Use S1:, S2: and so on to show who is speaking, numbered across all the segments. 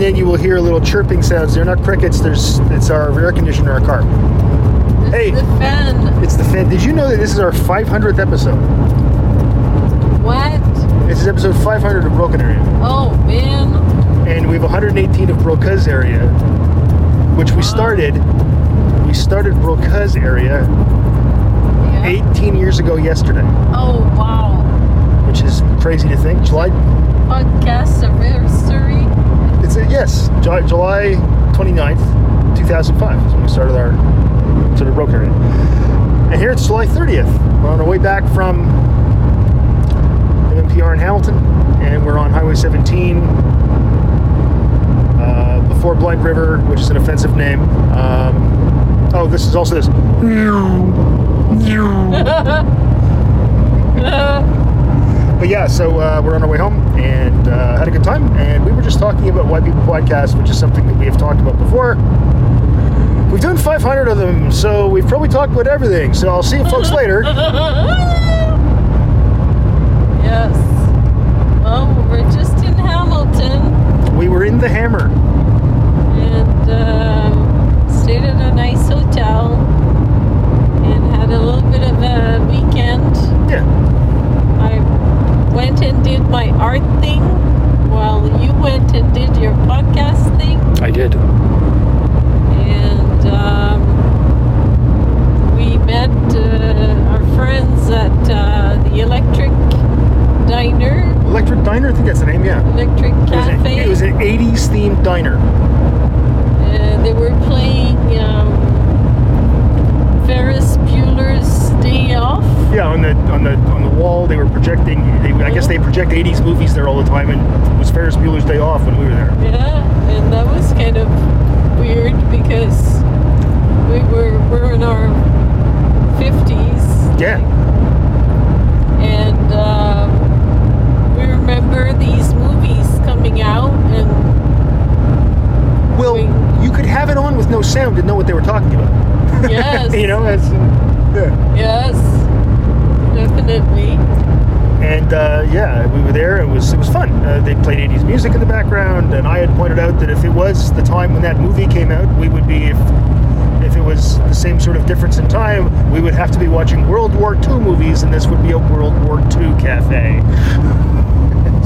S1: then you will hear little chirping sounds. They're not crickets. There's it's our air conditioner, in our car.
S2: It's
S1: Hey.
S2: the fan.
S1: It's the fan. Did you know that this is our 500th episode?
S2: What?
S1: This is episode 500 of Broken Area,
S2: Oh man.
S1: and we have 118 of Broca's area, which we started. We started Broca's area
S2: Yeah.
S1: 18 years ago yesterday,
S2: Oh wow.
S1: which is crazy to think. July.
S2: Podcast anniversary.
S1: It's a, yes, July, July 29th, 2005 is when we started our sort of Broca area, and here it's July 30th. We're on our way back from MMPR in Hamilton, and we're on Highway 17 uh, before Blind River, which is an offensive name. Um, oh, this is also this. But yeah, so uh, we're on our way home and uh, had a good time. And we were just talking about White People Podcast, which is something that we have talked about before. We've done 500 of them, so we've probably talked about everything. So I'll see you folks later.
S2: yes. Well, we're just in Hamilton
S1: We were in the hammer.
S2: and um, stayed at a nice hotel and had a little bit of a weekend.
S1: Yeah.
S2: I went and did my art thing while you went and did your podcast thing.
S1: I did.
S2: And um, we met uh, our friends at uh, the Electric Diner,
S1: Electric Diner, I think that's the name, yeah.
S2: Electric
S1: It was, a-
S2: Cafe.
S1: it was an 80s themed diner.
S2: uh, they were playing um, Ferris Bueller's Day Off.
S1: Yeah, on the on the on the wall they were projecting. They, I guess they project 80s movies there all the time, and it was Ferris Bueller's Day Off when we were there.
S2: Yeah, and that was kind of weird because we were we're in our fifties.
S1: Yeah,
S2: And um, we remember these movies coming out, and
S1: well, you could have it on with no sound and know what they were talking about.
S2: yes,
S1: you know, that's yeah.
S2: yes, definitely.
S1: and uh, yeah, we were there. It was it was fun. Uh, they played 80s music in the background, and I had pointed out that if it was the time when that movie came out, we would be if if it was the same sort of difference in time, we would have to be watching World War II movies, and this would be a World War II cafe.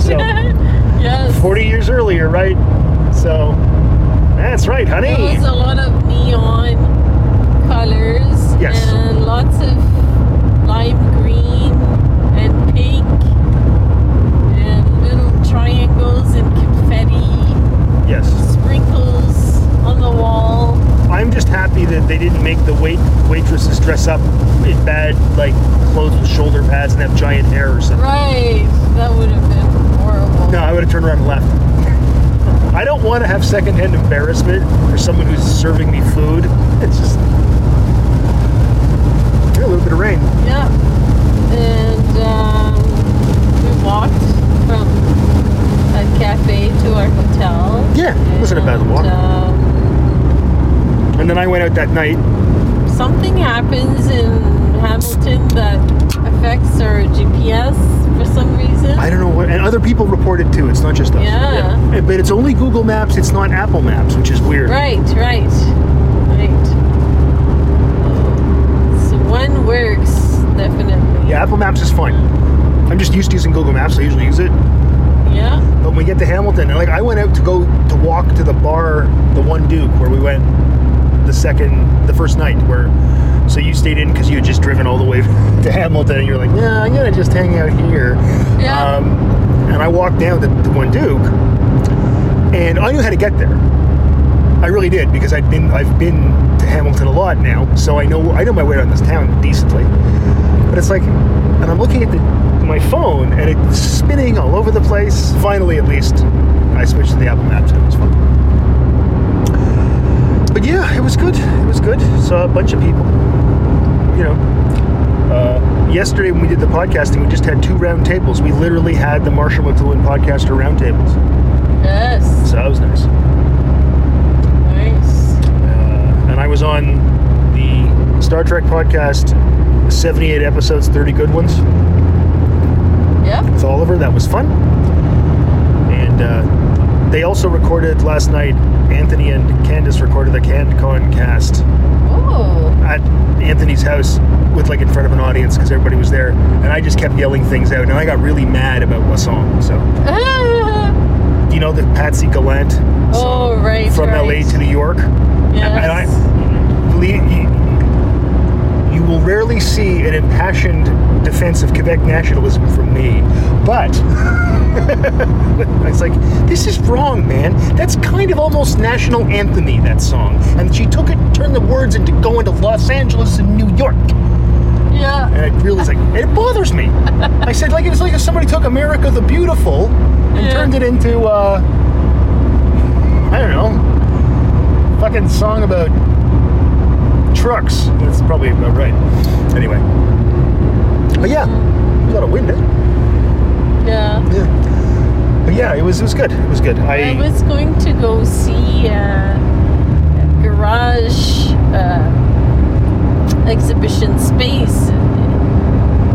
S1: so.
S2: yes,
S1: 40 years earlier, right? So that's right,
S2: There
S1: honey.
S2: was a lot of neon colors,
S1: Yes.
S2: and lots of lime green and pink, and little triangles and confetti
S1: Yes.
S2: sprinkles on the wall.
S1: I'm just happy that they didn't make the wait waitresses dress up in bad like clothes with shoulder pads and have giant hair or something.
S2: Right, that would have been horrible.
S1: No, I would have turned around and left. I don't want to have secondhand embarrassment for someone who's serving me food. It's just Yeah, a little bit of rain.
S2: Yeah. And um, we walked from a cafe to our hotel.
S1: Yeah, it wasn't a bad
S2: And,
S1: walk.
S2: Um,
S1: And then I went out that night.
S2: something happens in Hamilton that affects our GPS for some reason.
S1: I don't know what, and other people reported too. It's not just us.
S2: Yeah.
S1: But it's only Google Maps. It's not Apple Maps, which is weird.
S2: Right, right, right. So one works, definitely.
S1: Yeah, Apple Maps is fine. I'm just used to using Google Maps. I usually use it.
S2: Yeah.
S1: But when we get to Hamilton, and like I went out to go to walk to the bar, the One Duke, where we went the second, the first night, where so you stayed in because you had just driven all the way to Hamilton, and you're like, yeah, I'm gonna just hang out here.
S2: Yeah.
S1: Um, and I walked down to the One Duke, and I knew how to get there. I really did because I'd been I've been to Hamilton a lot now, so I know I know my way around this town decently. But it's like, and I'm looking at the, my phone, and it's spinning all over the place. Finally, at least, I switched to the Apple Maps, and it was fun. But yeah, it was good. It was good. Saw a bunch of people. You know, uh, yesterday when we did the podcasting, we just had two round tables. We literally had the Marshall McLuhan podcaster round tables,
S2: Yes.
S1: so that was nice.
S2: Nice.
S1: Uh, and I was on the Star Trek podcast, 78 episodes, 30 good ones.
S2: Yep.
S1: with Oliver. That was fun. And uh, They also recorded last night. Anthony and Candace recorded the CanCon cast
S2: Oh.
S1: at Anthony's house with like in front of an audience because everybody was there, and I just kept yelling things out, and I got really mad about what song. So you know the Patsy Gallant
S2: oh, right.
S1: from
S2: right.
S1: LA to New York. and I-
S2: Yes.
S1: Believe you, you will rarely see an impassioned defense of Quebec nationalism from me, but it's like this is wrong, man. That's kind of almost national anthony that song, and she took it, turned the words into going to Los Angeles and New York,
S2: yeah.
S1: and I realized like it bothers me. I said like it was like if somebody took America the Beautiful and
S2: Yeah.
S1: turned it into uh, I don't know, fucking song about trucks. That's probably about right. Anyway, but yeah, a lot of wind. Eh?
S2: Yeah.
S1: Yeah, but yeah, it was it was good. It was good. I,
S2: I was going to go see uh, a garage uh, exhibition space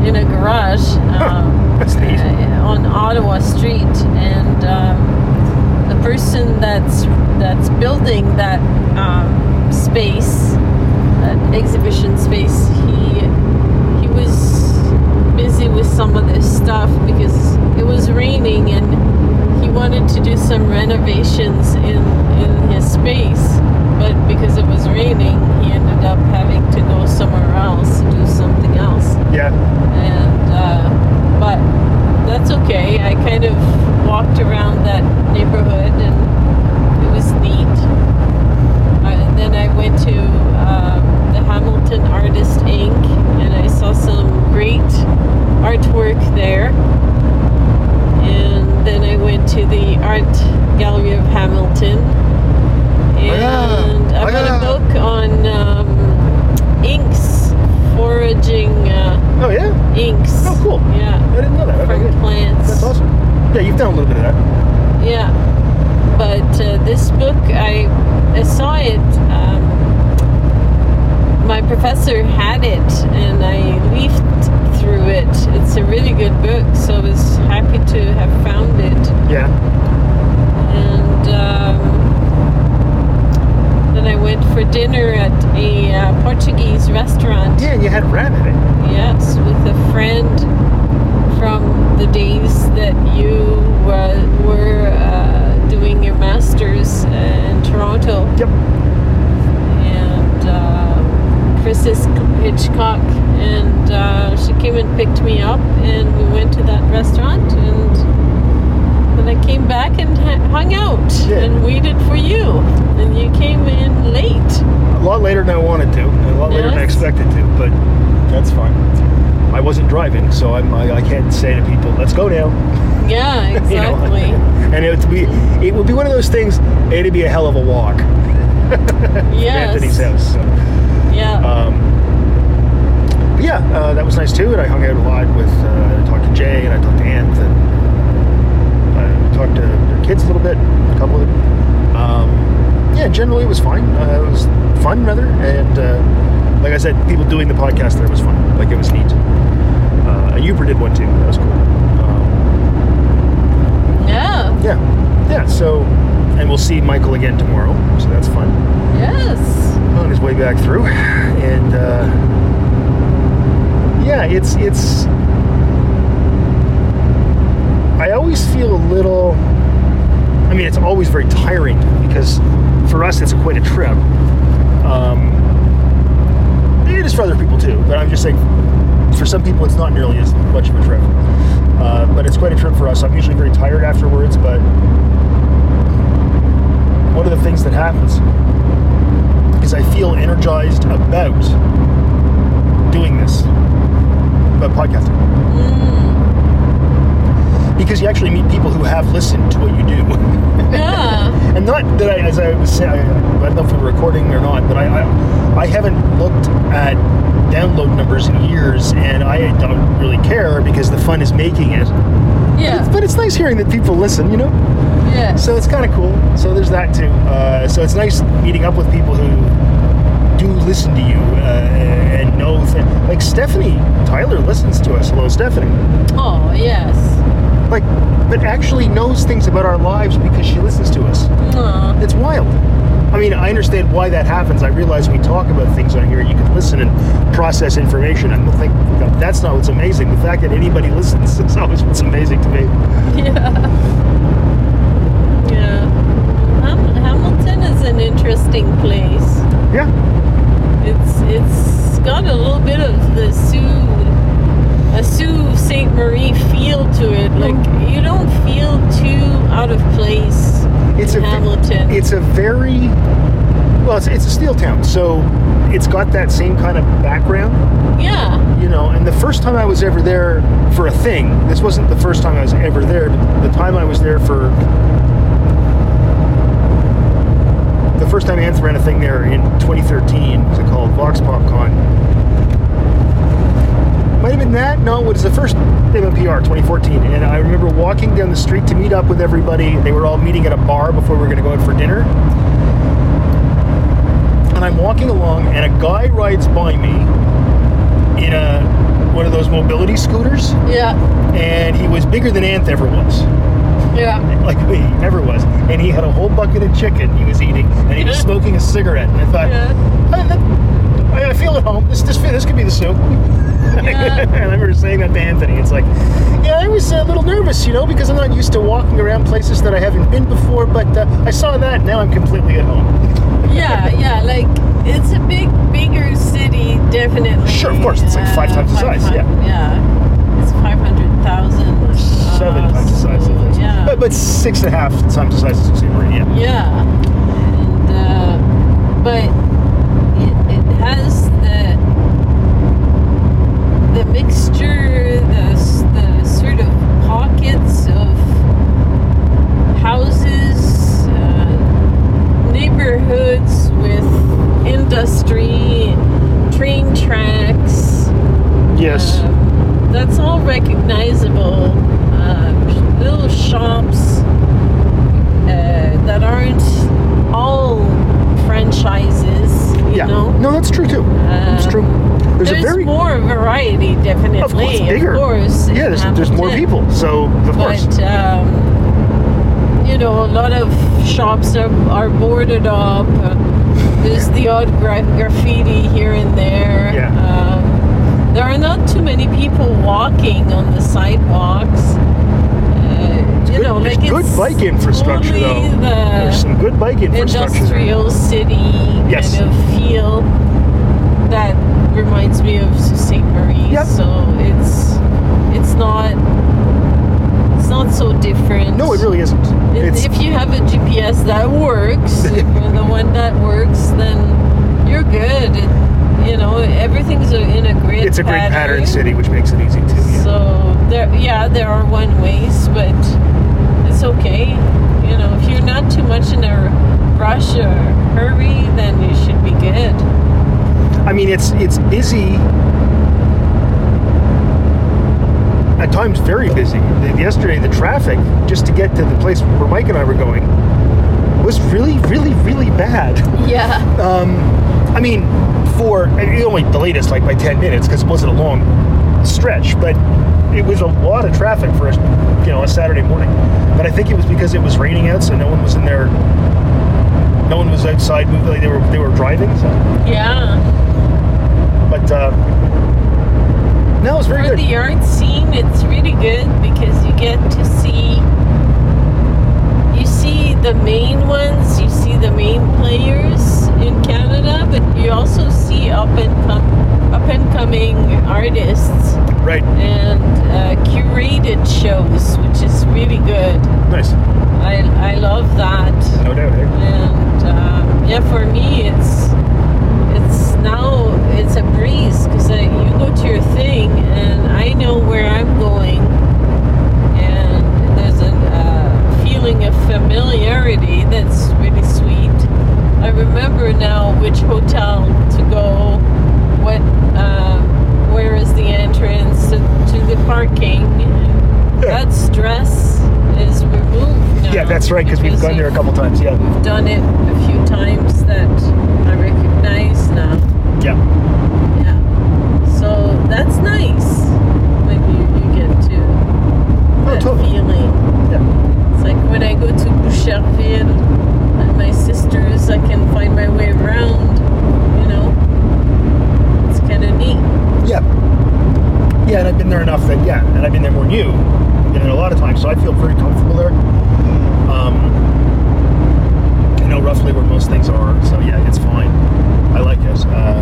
S2: in a garage um,
S1: that's neat.
S2: uh, on Ottawa Street, and um, the person that's that's building that um, space, that exhibition space, he he was busy with some of this stuff because it was raining and he wanted to do some renovations in in his space but because it was raining he ended up having to go somewhere else to do something else
S1: yeah,
S2: and uh, but that's okay i kind of walked around that neighborhood and it was neat uh, and then i went to um, the hamilton artist inc and i saw some great artwork there and then i went to the art gallery of hamilton
S1: Oh,
S2: and
S1: Yeah, Oh,
S2: i got
S1: yeah.
S2: a book on um, inks foraging uh,
S1: oh yeah,
S2: inks.
S1: Oh, cool.
S2: Yeah,
S1: I didn't know that. Okay,
S2: from
S1: good.
S2: plants.
S1: That's awesome. Yeah, you've done a little bit of that.
S2: Yeah, but uh, this book, I, I saw it. Um, my professor had it, and I leafed through it. It's a really good book, so I was happy to have found it.
S1: Yeah,
S2: and um, then I went for dinner at a uh, Portuguese restaurant.
S1: yeah, and you had rabbit. Eh?
S2: Yes, with a friend from the days that you were, were uh, doing your masters in Toronto,
S1: Yep.
S2: and uh, Chris is- Hitchcock, and uh, she came and picked me up, and we went to that restaurant, and then I came back and ha- hung out
S1: Yeah.
S2: and waited for you, and you came in late.
S1: A lot later than I wanted to, and a lot later than I
S2: Yes.
S1: expected to, but that's fine. I wasn't driving, so I'm, I, I can't say to people, "Let's go now."
S2: Yeah,
S1: You know?
S2: exactly.
S1: and it would be it would be one of those things. It'd be a hell of a walk. from
S2: Yes.
S1: Anthony's house. So,
S2: Yeah.
S1: um, but yeah, uh, that was nice too. And I hung out a lot with. Uh, I talked to Jay and I talked to Anth and I talked to their kids a little bit, a couple of them. Um, yeah, generally it was fine. Uh, it was fun rather, and uh, like I said, people doing the podcast there was fun. Like it was neat. Uh, and Uber did one too. That was cool. Um,
S2: yeah.
S1: yeah, yeah. So, and we'll see Michael again tomorrow. So that's fun.
S2: Yes.
S1: On his way back through, and uh, yeah, it's it's. I always feel a little. I mean, it's always very tiring because for us it's quite a trip. Um, it is for other people too, but I'm just saying for some people it's not nearly as much of a trip. Uh, but it's quite a trip for us. I'm usually very tired afterwards, but one of the things that happens is I feel energized about doing this, about podcasting,
S2: Mm.
S1: because you actually meet people who have listened to what you do.
S2: Yeah.
S1: And not that I, as I was saying, I, I don't know if we're recording or not, but I, I, I haven't looked at download numbers in years, and I don't really care because the fun is making it.
S2: Yeah.
S1: But it's nice hearing that people listen, you know.
S2: Yeah.
S1: So it's kind of cool. So there's that too. Uh, so it's nice meeting up with people who do listen to you uh, and know. Th- like Stephanie Tyler listens to us. Hello, Stephanie.
S2: Oh, yes.
S1: like, but actually knows things about our lives because she listens to us.
S2: Aw.
S1: It's wild. I mean, I understand why that happens. I realize we talk about things on here. You can listen and process information. I don't think that's not what's amazing. The fact that anybody listens is always what's amazing to me.
S2: Yeah. Yeah. Ham- Hamilton is an interesting place.
S1: Yeah,
S2: It's it's got a little bit of the Sioux, a Sioux Saint Marie feel to it. Like you don't feel too out of place
S1: it's
S2: in
S1: a
S2: Hamilton.
S1: it's a very well. It's, it's a steel town, so it's got that same kind of background.
S2: yeah.
S1: you know and the first time i was ever there for a thing this wasn't the first time i was ever there but the time i was there for the first time anth ran a thing there in 2013 was it called vox pop con might have been that no it was the first MMPR 2014 and I remember walking down the street to meet up with everybody they were all meeting at a bar before we were going to go out for dinner and I'm walking along and a guy rides by me in a one of those mobility scooters,
S2: Yeah.
S1: and he was bigger than Anth ever was,
S2: Yeah.
S1: like me ever was, and he had a whole bucket of chicken he was eating, and he was smoking a cigarette, and I thought,
S2: Yeah.
S1: I, that- I- I feel at home. This this fit- this could be the soup.
S2: Yeah.
S1: and I remember saying that to Anthony. It's like, yeah, I was a little nervous, you know, because I'm not used to walking around places that I haven't been before. But uh, I saw that. Now I'm completely at home.
S2: Yeah. Yeah. Like it's a big, bigger city, definitely.
S1: Sure, of course, it's like five times the size, yeah.
S2: hun- Yeah. It's five hundred thousand. uh,
S1: Seven times the size of this.
S2: Ah, Yeah.
S1: But, but six and a half times the size of St. Maria.
S2: Yeah, and uh, but it, it has the the mixture, the s- the sort of pockets of houses, uh, neighborhoods with industry, train tracks.
S1: Yes.
S2: Um, that's all recognizable. Uh, sh- little shops uh, that aren't all franchises, you
S1: yeah.
S2: know?
S1: No, that's true too. It's
S2: Uh,
S1: true. There's,
S2: There's,
S1: a very
S2: more variety, definitely.
S1: of course bigger.
S2: Of course, in
S1: yeah, there's, there's more
S2: Hamilton.
S1: people. So of course.
S2: But, um, you know, a lot of shops are, are boarded up. uh, There's the odd gra- graffiti here and there.
S1: Yeah.
S2: Um, there are not too many people walking on the sidewalks. Uh, you
S1: good-
S2: know,
S1: there's
S2: like
S1: good
S2: it's
S1: bike infrastructure, though.
S2: only The
S1: There's some good bike infrastructure. there.
S2: industrial city
S1: Yes.
S2: kind of feel that reminds me of Sault Ste. Marie.
S1: Yep.
S2: So it's it's not it's not so different.
S1: No, it really isn't.
S2: If-
S1: It's
S2: if you have a GPS that works, and the one that works, then you're good. It, you know, everything's a- in a grid.
S1: it's a great pattern, city, which makes it easy too. Yeah.
S2: So there, yeah, there are one ways, but it's okay. You know, if you're not too much in a rush or hurry, then you should be good.
S1: I mean, it's it's busy. At times, very busy. The- Yesterday, the traffic just to get to the place where Mike and I were going was really, really, really bad.
S2: Yeah.
S1: Um, I mean, for and it only delayed us like by ten minutes because it wasn't a long stretch, but it was a lot of traffic for us, you know, a Saturday morning. But I think it was because it was raining out, so no one was in there. No one was outside. moving, Like they were they were driving. So.
S2: Yeah.
S1: But uh, no, it was very
S2: For
S1: good.
S2: the art scene, it's really good because you get to see you see the main ones, you see the main players in Canada, but you also see up and com- up and coming artists.
S1: right,
S2: and uh, curated shows, which is really good.
S1: nice,
S2: I, I love that.
S1: no doubt. eh?
S2: And um, yeah, for me, it's it's now it's a breeze because you go to your thing, and I know where I'm going, and there's a uh, feeling of familiarity that's really sweet. I remember now which hotel to go, what, um, where is the entrance to, to the parking. That stress is removed now.
S1: Yeah, that's right because we've
S2: because
S1: gone there a
S2: you've-
S1: couple times. Yeah,
S2: We've done it a few times that I recognize now.
S1: yeah,
S2: Yeah. So that's nice when you, you get to that
S1: Oh, totally.
S2: feeling.
S1: yeah, and I've been there enough that yeah, and I've been there more than you. I've been there a lot of times, so I feel very comfortable there. Um, I know roughly where most things are, so yeah, it's fine. I like it. Uh,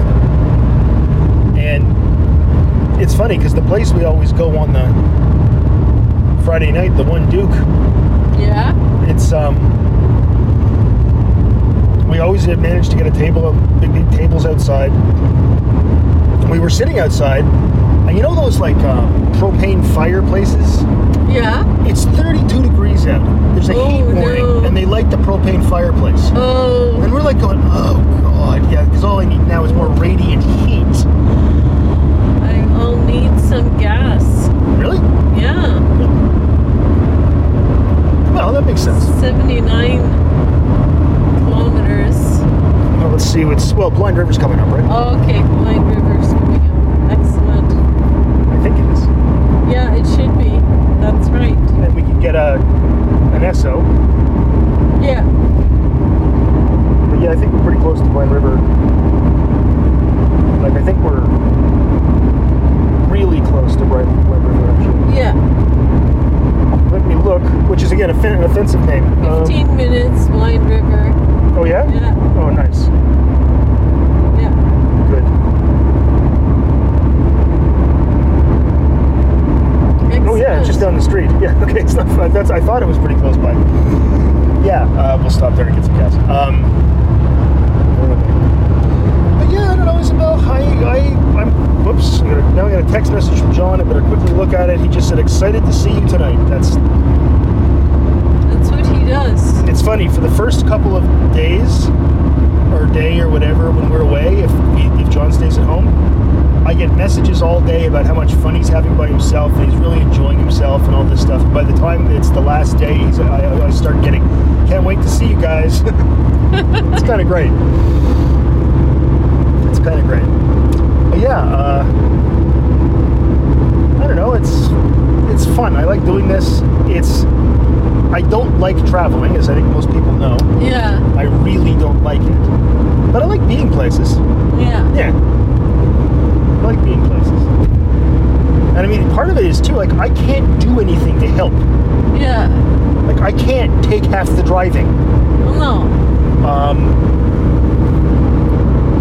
S1: and it's funny because the place we always go on the Friday night, the one Duke,
S2: Yeah.
S1: it's um, we always had managed to get a table, big big tables outside. We were sitting outside, and you know those like uh, propane fireplaces.
S2: Yeah.
S1: It's 32 degrees out. There's a heat
S2: Oh,
S1: warning,
S2: no.
S1: and they light the propane fireplace.
S2: Oh.
S1: And we're like going, oh god, yeah, because all I need now is more radiant heat.
S2: I will need some gas.
S1: Really?
S2: Yeah.
S1: Well, that makes sense.
S2: 79 kilometers.
S1: Well, let's see what's well. Blind River's coming up, right?
S2: Oh, okay. Blind River's coming up. Excellent.
S1: I think it is.
S2: Yeah, it should be. That's right.
S1: And we can get a an Esso.
S2: Yeah.
S1: But yeah, I think we're pretty close to Blind River. Like I think we're really close to Blind Blind River actually.
S2: Yeah.
S1: Let me look, which is again a fin- an offensive name. Um,
S2: 15 minutes, Blind River.
S1: oh yeah?
S2: Yeah.
S1: Oh nice.
S2: Yeah.
S1: Good.
S2: Excellent.
S1: Oh yeah, it's just down the street. Yeah, okay, it's not. That's I thought it was pretty close by. Yeah, uh, we'll stop there and get some gas. Um, where am I? but yeah, I don't know, Isabel. I, I, I'm. Whoops. I gotta, now I got a text message from John. I better quickly look at it. He just said, "Excited to see you tonight." That's.
S2: That's what he does.
S1: It's funny. For the first couple of days, or day or whatever, when we're away, if we, if John stays at home, I get messages all day about how much fun he's having by himself and he's really enjoying himself and all this stuff. By the time it's the last day, he's, I, I- I start getting, can't wait to see you guys. it's kind of great. It's kind of great. But yeah, uh, I don't know. It's it's fun. I like doing this. It's I don't like traveling, as I think most people know.
S2: Yeah.
S1: I really don't like it, but I like being places.
S2: Yeah.
S1: Yeah. I like being places. And I mean, part of it is too, like, I can't do anything to help.
S2: Yeah.
S1: Like, I can't take half the driving.
S2: Well, no.
S1: Um,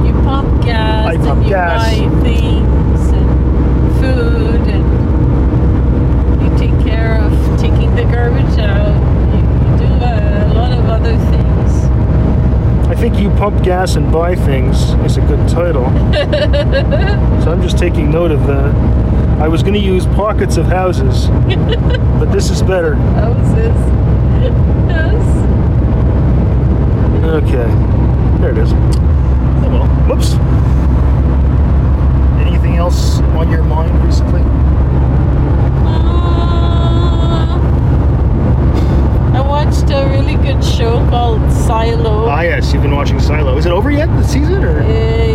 S2: You pump gas
S1: I
S2: and
S1: pump
S2: you
S1: gas.
S2: buy things and food and you take care of taking the garbage out. You, you do a, lot of other things.
S1: I think you pump gas and buy things is a good title. so I'm just taking note of that. I was going to use pockets of houses, but this is better.
S2: Houses. Yes.
S1: Okay. There it is. Oh, well. Whoops. Anything else on your mind recently?
S2: Uh, I watched a really good show called Silo.
S1: Ah, yes, you've been watching Silo. Is it over yet, the season? Or?
S2: uh,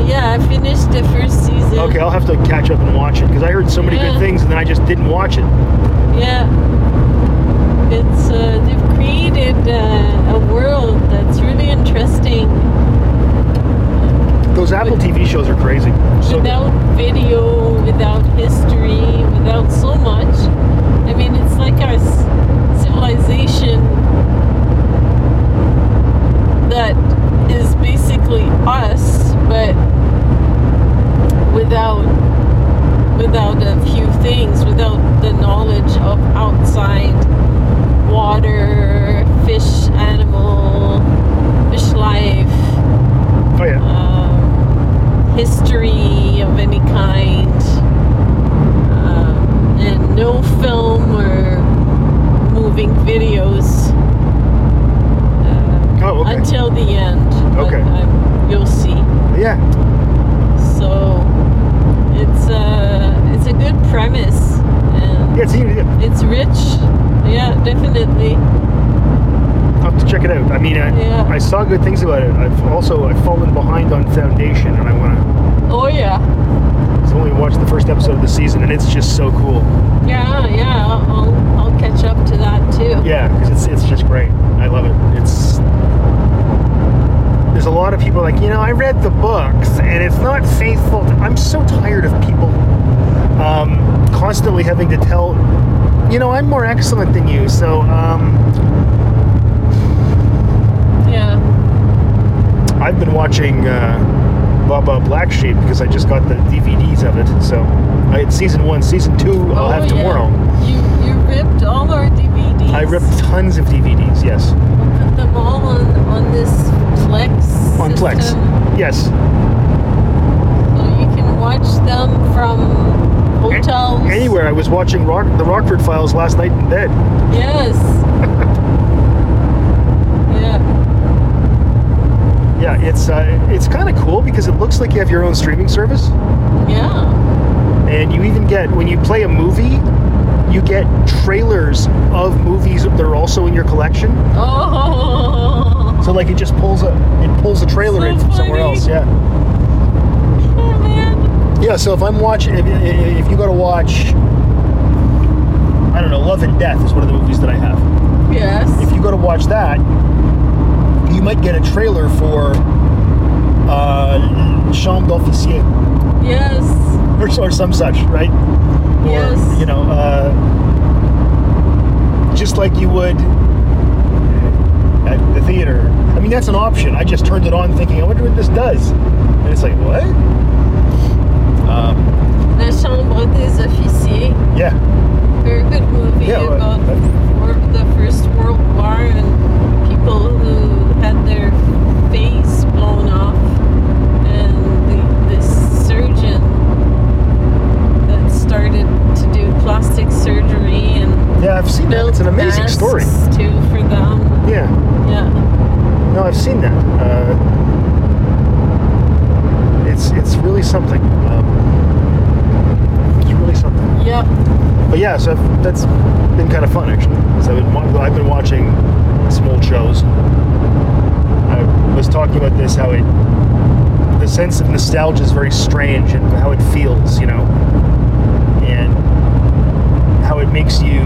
S2: yeah, I finished the first season.
S1: Okay, I'll have to catch up and watch it because I heard so many good
S2: Yeah.
S1: things and then I just didn't watch it.
S2: Yeah. It's uh, they've created uh, a world that's really interesting
S1: Those Apple TV shows are crazy. So
S2: without video, without history, without so much. I mean, it's like our s- civilization that is basically us, but without without a few things, without the knowledge of outside water, fish, animal, fish life
S1: oh yeah,
S2: um, history of any kind, um, and no film or moving videos uh,
S1: Oh, okay.
S2: until the end. but,
S1: Okay.
S2: um, you'll see.
S1: yeah.
S2: So it's a it's a good premise. And
S1: Yeah, it's, I'll
S2: It's rich. Yeah, definitely.
S1: have to check it out. I mean, I,
S2: Yeah.
S1: I saw good things about it. I've also I've fallen behind on Foundation, and I want
S2: Oh yeah.
S1: to. I've only watched the first episode of the season, and it's just so cool.
S2: Yeah, yeah. I'll, I'll catch up to that too.
S1: Yeah, because it's it's just great. I love it. It's there's a lot of people like you know I read the books and it's not faithful. To, I'm so tired of people um, you know, I'm more excellent than you, so um,
S2: Yeah.
S1: I've been watching uh, Baba Black Sheep because I just got the DVDs of it. So I had season one, season two. I'll
S2: Oh,
S1: have
S2: yeah.
S1: tomorrow.
S2: You you ripped all our DVDs.
S1: I ripped tons of DVDs. Yes,
S2: Put them all on on this Plex.
S1: on Plex.
S2: system.
S1: Yes,
S2: So you can watch them from hotels.
S1: anywhere. I was watching Rock, the Rockford Files last night in bed.
S2: Yes. yeah.
S1: Yeah, it's uh, it's kind of cool because it looks like you have your own streaming service,
S2: Yeah.
S1: and you even get when you play a movie, you get trailers of movies that are also in your collection.
S2: Oh.
S1: So like it just pulls a it pulls a trailer
S2: So
S1: in from somewhere
S2: funny.
S1: else. Yeah.
S2: Oh, man.
S1: Yeah. So if I'm watching, if, if if you go to watch, I don't know, Love and Death is one of the movies that I have.
S2: Yes.
S1: if you go to watch that, you might get a trailer for uh, Chambre d'Officier
S2: Yes.
S1: or, or some such, right? Or,
S2: Yes.
S1: You know, uh, just like you would at the theater. I mean, that's an option. I just turned it on thinking, I wonder what this does. And it's like, what? Um,
S2: La Chambre des Officiers.
S1: yeah.
S2: Very good movie
S1: Yeah, well,
S2: about war, the First World War and people who had their face blown off, and the, this surgeon that started to do plastic surgery and
S1: Yeah, I've seen that.
S2: built
S1: It's an amazing
S2: masks
S1: story.
S2: too for them.
S1: Yeah.
S2: Yeah,
S1: No, I've seen that. Uh, it's it's really something. Um, it's really something.
S2: yeah,
S1: But yeah, so I've, that's been kind of fun actually. So I've been, wa- I've been watching some old shows. I was talking about this how it the sense of nostalgia is very strange and how it feels, you know, and how it makes you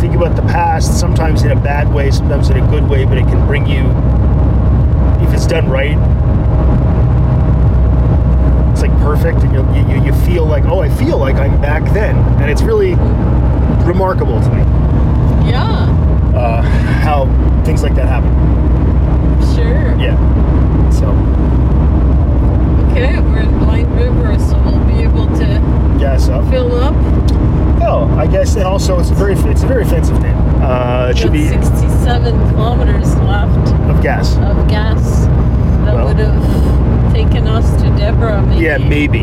S1: think about the past sometimes in a bad way, sometimes in a good way, but it can bring you if it's done right. It's like perfect, and you'll- you, you you feel like oh, I feel like I'm back then, and it's really remarkable to me
S2: yeah,
S1: uh, how things like that happen.
S2: sure.
S1: Yeah, so
S2: Okay, we're in Blind River, so we'll be able to
S1: yeah, so.
S2: fill up.
S1: Oh, I guess, and also it's a very it's a very offensive name. Uh, it should be
S2: Got 67 kilometers left.
S1: of gas.
S2: of gas that
S1: Well.
S2: would have taken us to Deborah. Maybe.
S1: Yeah, maybe.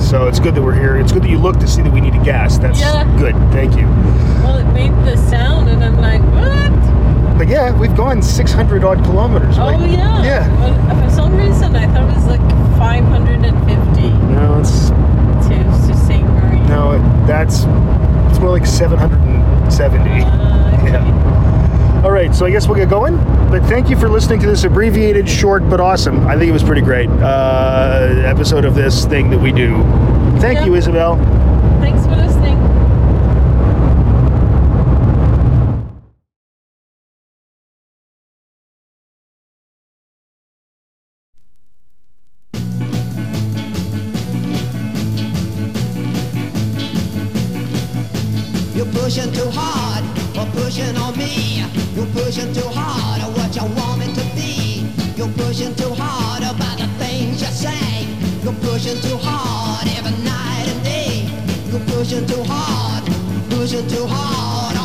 S1: so it's good that we're here. It's good that you looked to see that we needed gas. That's
S2: Yeah.
S1: good. Thank you.
S2: Well, it made the sound, and I'm like, what?
S1: But yeah, we've gone 600 odd kilometers.
S2: oh
S1: like-
S2: yeah.
S1: Yeah.
S2: Well, for some reason, I thought it was like 550
S1: No, it's
S2: to to Saint Marie. Uh,
S1: no, it, that's it's more like 770.
S2: Uh, okay.
S1: Yeah. All right, so I guess we'll get going. But thank you for listening to this abbreviated, short, but awesome. I think it was pretty great uh, episode of this thing that we do. Thank
S2: Yeah.
S1: you, Isabel.
S2: Thanks for listening.
S3: You're pushing too hard or pushing on me. You're pushing too hard on what you want me to be. You're pushing too hard about the things you say. You're pushing too hard every night and day. You're pushing too hard, pushing too hard